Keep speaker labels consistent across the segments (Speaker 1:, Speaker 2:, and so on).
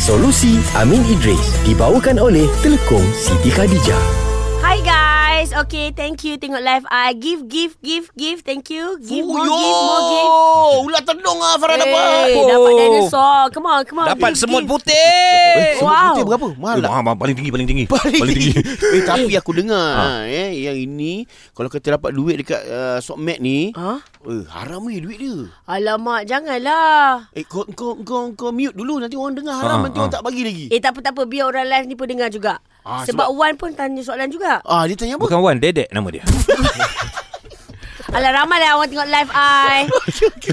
Speaker 1: Solusi Amin Idris dibawakan oleh Telekom Siti Khadijah.
Speaker 2: Hi guys. Okay, thank you. Tengok live I. Give, give, give, give. Thank you. Give more,
Speaker 3: yo,
Speaker 2: give more, give. Eh.
Speaker 3: Ular tendung ah Farah dapat.
Speaker 2: Hey, dapat dinosaur. Come on, come on.
Speaker 3: Dapat
Speaker 2: give,
Speaker 3: semut
Speaker 2: give.
Speaker 3: putih.
Speaker 2: Semut Eh, Wow. putih
Speaker 3: Eh, berapa? Mahal tak? Mahal, paling tinggi, paling tinggi. Paling,
Speaker 4: Paling
Speaker 3: tinggi.
Speaker 4: tinggi.
Speaker 3: eh, tapi aku dengar eh yang ini kalau kita dapat duit dekat uh, Sokmat ni,
Speaker 2: Ha?
Speaker 3: eh haram eh duit dia.
Speaker 2: Alamak, janganlah.
Speaker 3: Eh kau kau kau, kau mute dulu nanti orang dengar
Speaker 4: Ah,
Speaker 3: haram nanti orang
Speaker 4: ah.
Speaker 3: tak bagi lagi.
Speaker 2: Eh, tak apa, tak apa. Biar orang live ni pun dengar juga.
Speaker 3: Ah,
Speaker 2: sebab,
Speaker 3: sebab-
Speaker 2: Wan pun tanya soalan juga.
Speaker 3: Ah dia tanya apa?
Speaker 4: Bukan Wan, Dedek nama dia.
Speaker 2: Alah, ramai lah orang tengok live I.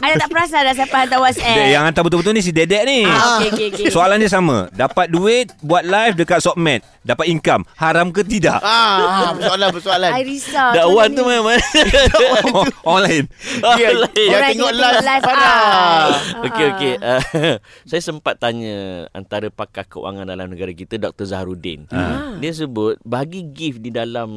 Speaker 2: Anda tak perasan dah siapa hantar
Speaker 3: Eh.
Speaker 4: Dedek
Speaker 2: WhatsApp.
Speaker 4: yang hantar betul-betul ni si Dedek ni.
Speaker 2: Ah, okay, okay, okay.
Speaker 4: Soalan dia sama. Dapat duit buat live dekat Sokmed, dapat income, haram ke tidak?
Speaker 3: Ah, ah persoalan persoalan.
Speaker 2: I risau.
Speaker 5: Dakwan
Speaker 2: Soalan
Speaker 5: tu
Speaker 2: ni.
Speaker 5: memang
Speaker 4: Oh, orang lain.
Speaker 3: Dia,
Speaker 5: Orang
Speaker 3: dia
Speaker 2: yang
Speaker 3: tengok
Speaker 2: tengok
Speaker 3: live,
Speaker 2: live
Speaker 3: Farah.
Speaker 2: I.
Speaker 5: Okey
Speaker 2: Ah.
Speaker 5: okey. Uh, saya sempat tanya antara pakar keuangan dalam negara kita Dr Zaharuddin. Dia sebut bagi gift di dalam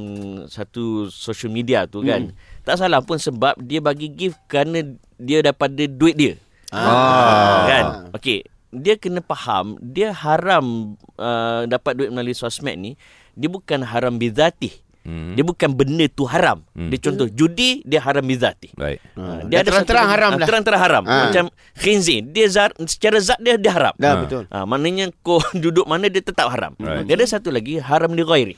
Speaker 5: satu social media tu kan. Tak salah pun sebab dia bagi gift kerana dia daripada duit dia.
Speaker 4: Ah.
Speaker 5: Kan? Okey. Dia kena faham dia haram uh, dapat duit melalui sosmed ni, dia bukan haram bizatih. Hmm. Dia bukan benda tu haram. Hmm. Dia contoh judi dia haram bizatih.
Speaker 4: Baik.
Speaker 3: Ah,
Speaker 5: Ha, Dia
Speaker 3: dah
Speaker 5: ada
Speaker 3: terang-terang
Speaker 5: satu-
Speaker 3: haram
Speaker 5: ah,
Speaker 3: lah.
Speaker 5: Terang-terang haram.
Speaker 3: Ah.
Speaker 5: Macam khinzir. Dia zar, secara zat dia dia haram.
Speaker 3: Dah betul.
Speaker 5: Ha, maknanya kau duduk mana dia tetap haram.
Speaker 4: Right.
Speaker 5: Dia ada satu lagi haram li ghairi.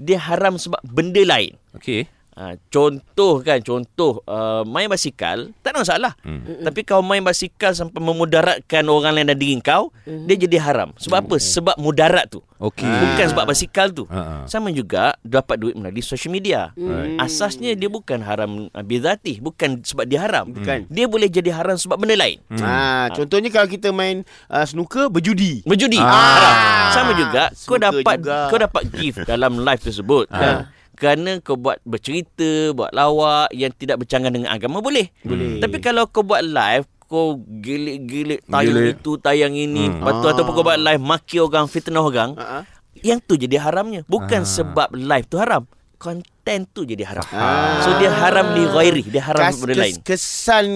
Speaker 5: Dia haram sebab benda lain.
Speaker 4: Okey.
Speaker 5: Ha, contoh kan, contoh uh, main basikal tak ada masalah. Hmm. Tapi kau main basikal sampai memudaratkan orang lain dan diri kau, hmm. dia jadi haram. Sebab apa? Sebab mudarat tu.
Speaker 4: Okey.
Speaker 5: Bukan sebab basikal tu.
Speaker 4: Ha, ha.
Speaker 5: Sama juga dapat duit melalui social media. Mm. Asasnya dia bukan haram uh, bizatih, bukan sebab dia haram.
Speaker 3: Bukan.
Speaker 5: Dia boleh jadi haram sebab benda lain.
Speaker 3: Ah, contohnya kalau kita main uh, snooker berjudi.
Speaker 5: Berjudi.
Speaker 4: Ah.
Speaker 5: Haram. Sama juga kau
Speaker 3: Suka
Speaker 5: dapat
Speaker 3: juga. Ah.
Speaker 5: kau dapat gift dalam live tersebut. Ha. Kerana kau buat bercerita, buat lawak yang tidak bercanggah dengan agama boleh.
Speaker 3: Boleh.
Speaker 5: Tapi kalau kau buat live kau gilik-gilik tayang
Speaker 4: Gilik.
Speaker 5: itu tayang ini hmm. lepas tu
Speaker 3: Ah.
Speaker 5: ataupun kau buat live maki orang fitnah orang
Speaker 3: Ah, ah.
Speaker 5: yang tu jadi haramnya bukan sebab live tu haram konten tu jadi haram
Speaker 3: Ah.
Speaker 5: so dia haram di ghairi dia haram
Speaker 3: Kes,
Speaker 5: benda
Speaker 3: kes,
Speaker 5: lain
Speaker 3: kesan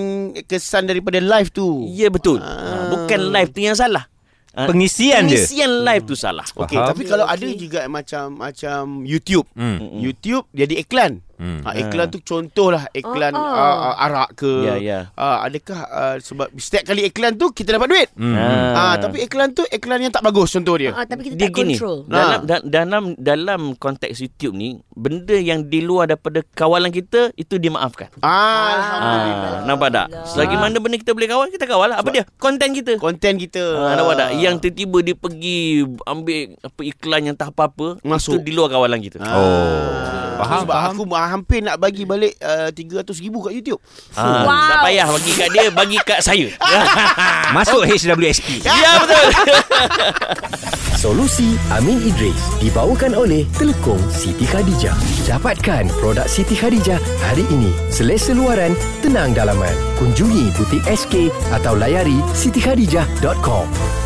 Speaker 3: kesan daripada live tu.
Speaker 5: ya betul Ah, bukan live tu yang salah Ah,
Speaker 4: Pengisian je.
Speaker 5: pengisian live tu salah
Speaker 3: Okey,
Speaker 4: Faham.
Speaker 3: tapi kalau ada juga macam macam YouTube.
Speaker 4: Hmm.
Speaker 3: YouTube jadi iklan.
Speaker 4: Hmm.
Speaker 3: Ha, iklan tu contohlah iklan
Speaker 2: Ah,
Speaker 3: uh,
Speaker 2: ah.
Speaker 3: uh, arak ke.
Speaker 5: Ah. Oh, Ya, ya.
Speaker 3: Uh, adakah uh, sebab setiap kali iklan tu kita dapat duit.
Speaker 4: Hmm.
Speaker 3: Ah, tapi iklan tu iklan yang tak bagus contoh dia.
Speaker 2: Ah, tapi kita
Speaker 5: dia
Speaker 2: tak
Speaker 5: gini
Speaker 2: control.
Speaker 5: dalam
Speaker 3: Ha.
Speaker 5: da, dalam dalam konteks YouTube ni benda yang di luar daripada kawalan kita itu dimaafkan
Speaker 3: Ah,
Speaker 5: Ah, nampak tak? Selagi mana benda kita boleh kawal, kita kawal lah. Apa dia? Konten kita.
Speaker 3: konten kita.
Speaker 5: Ah, nampak tak? Yang tiba-tiba dia pergi ambil apa iklan yang tak apa-apa,
Speaker 3: Masuk.
Speaker 5: itu di luar kawalan kita.
Speaker 3: Ah.
Speaker 4: Oh. Faham,
Speaker 3: sebab
Speaker 4: faham.
Speaker 3: aku ma- hampir nak bagi balik uh, 300 ribu kat YouTube.
Speaker 5: Ah,
Speaker 2: Wow.
Speaker 5: Tak payah bagi kat dia, bagi kat saya.
Speaker 3: Ah.
Speaker 4: Masuk HWSP.
Speaker 5: ya betul.
Speaker 1: Solusi Amin Idris dibawakan oleh Telekom Siti Khadijah. Dapatkan produk Siti Khadijah hari ini. Selesa luaran, tenang dalaman. Kunjungi butik SK atau layari sitikhadijah.com.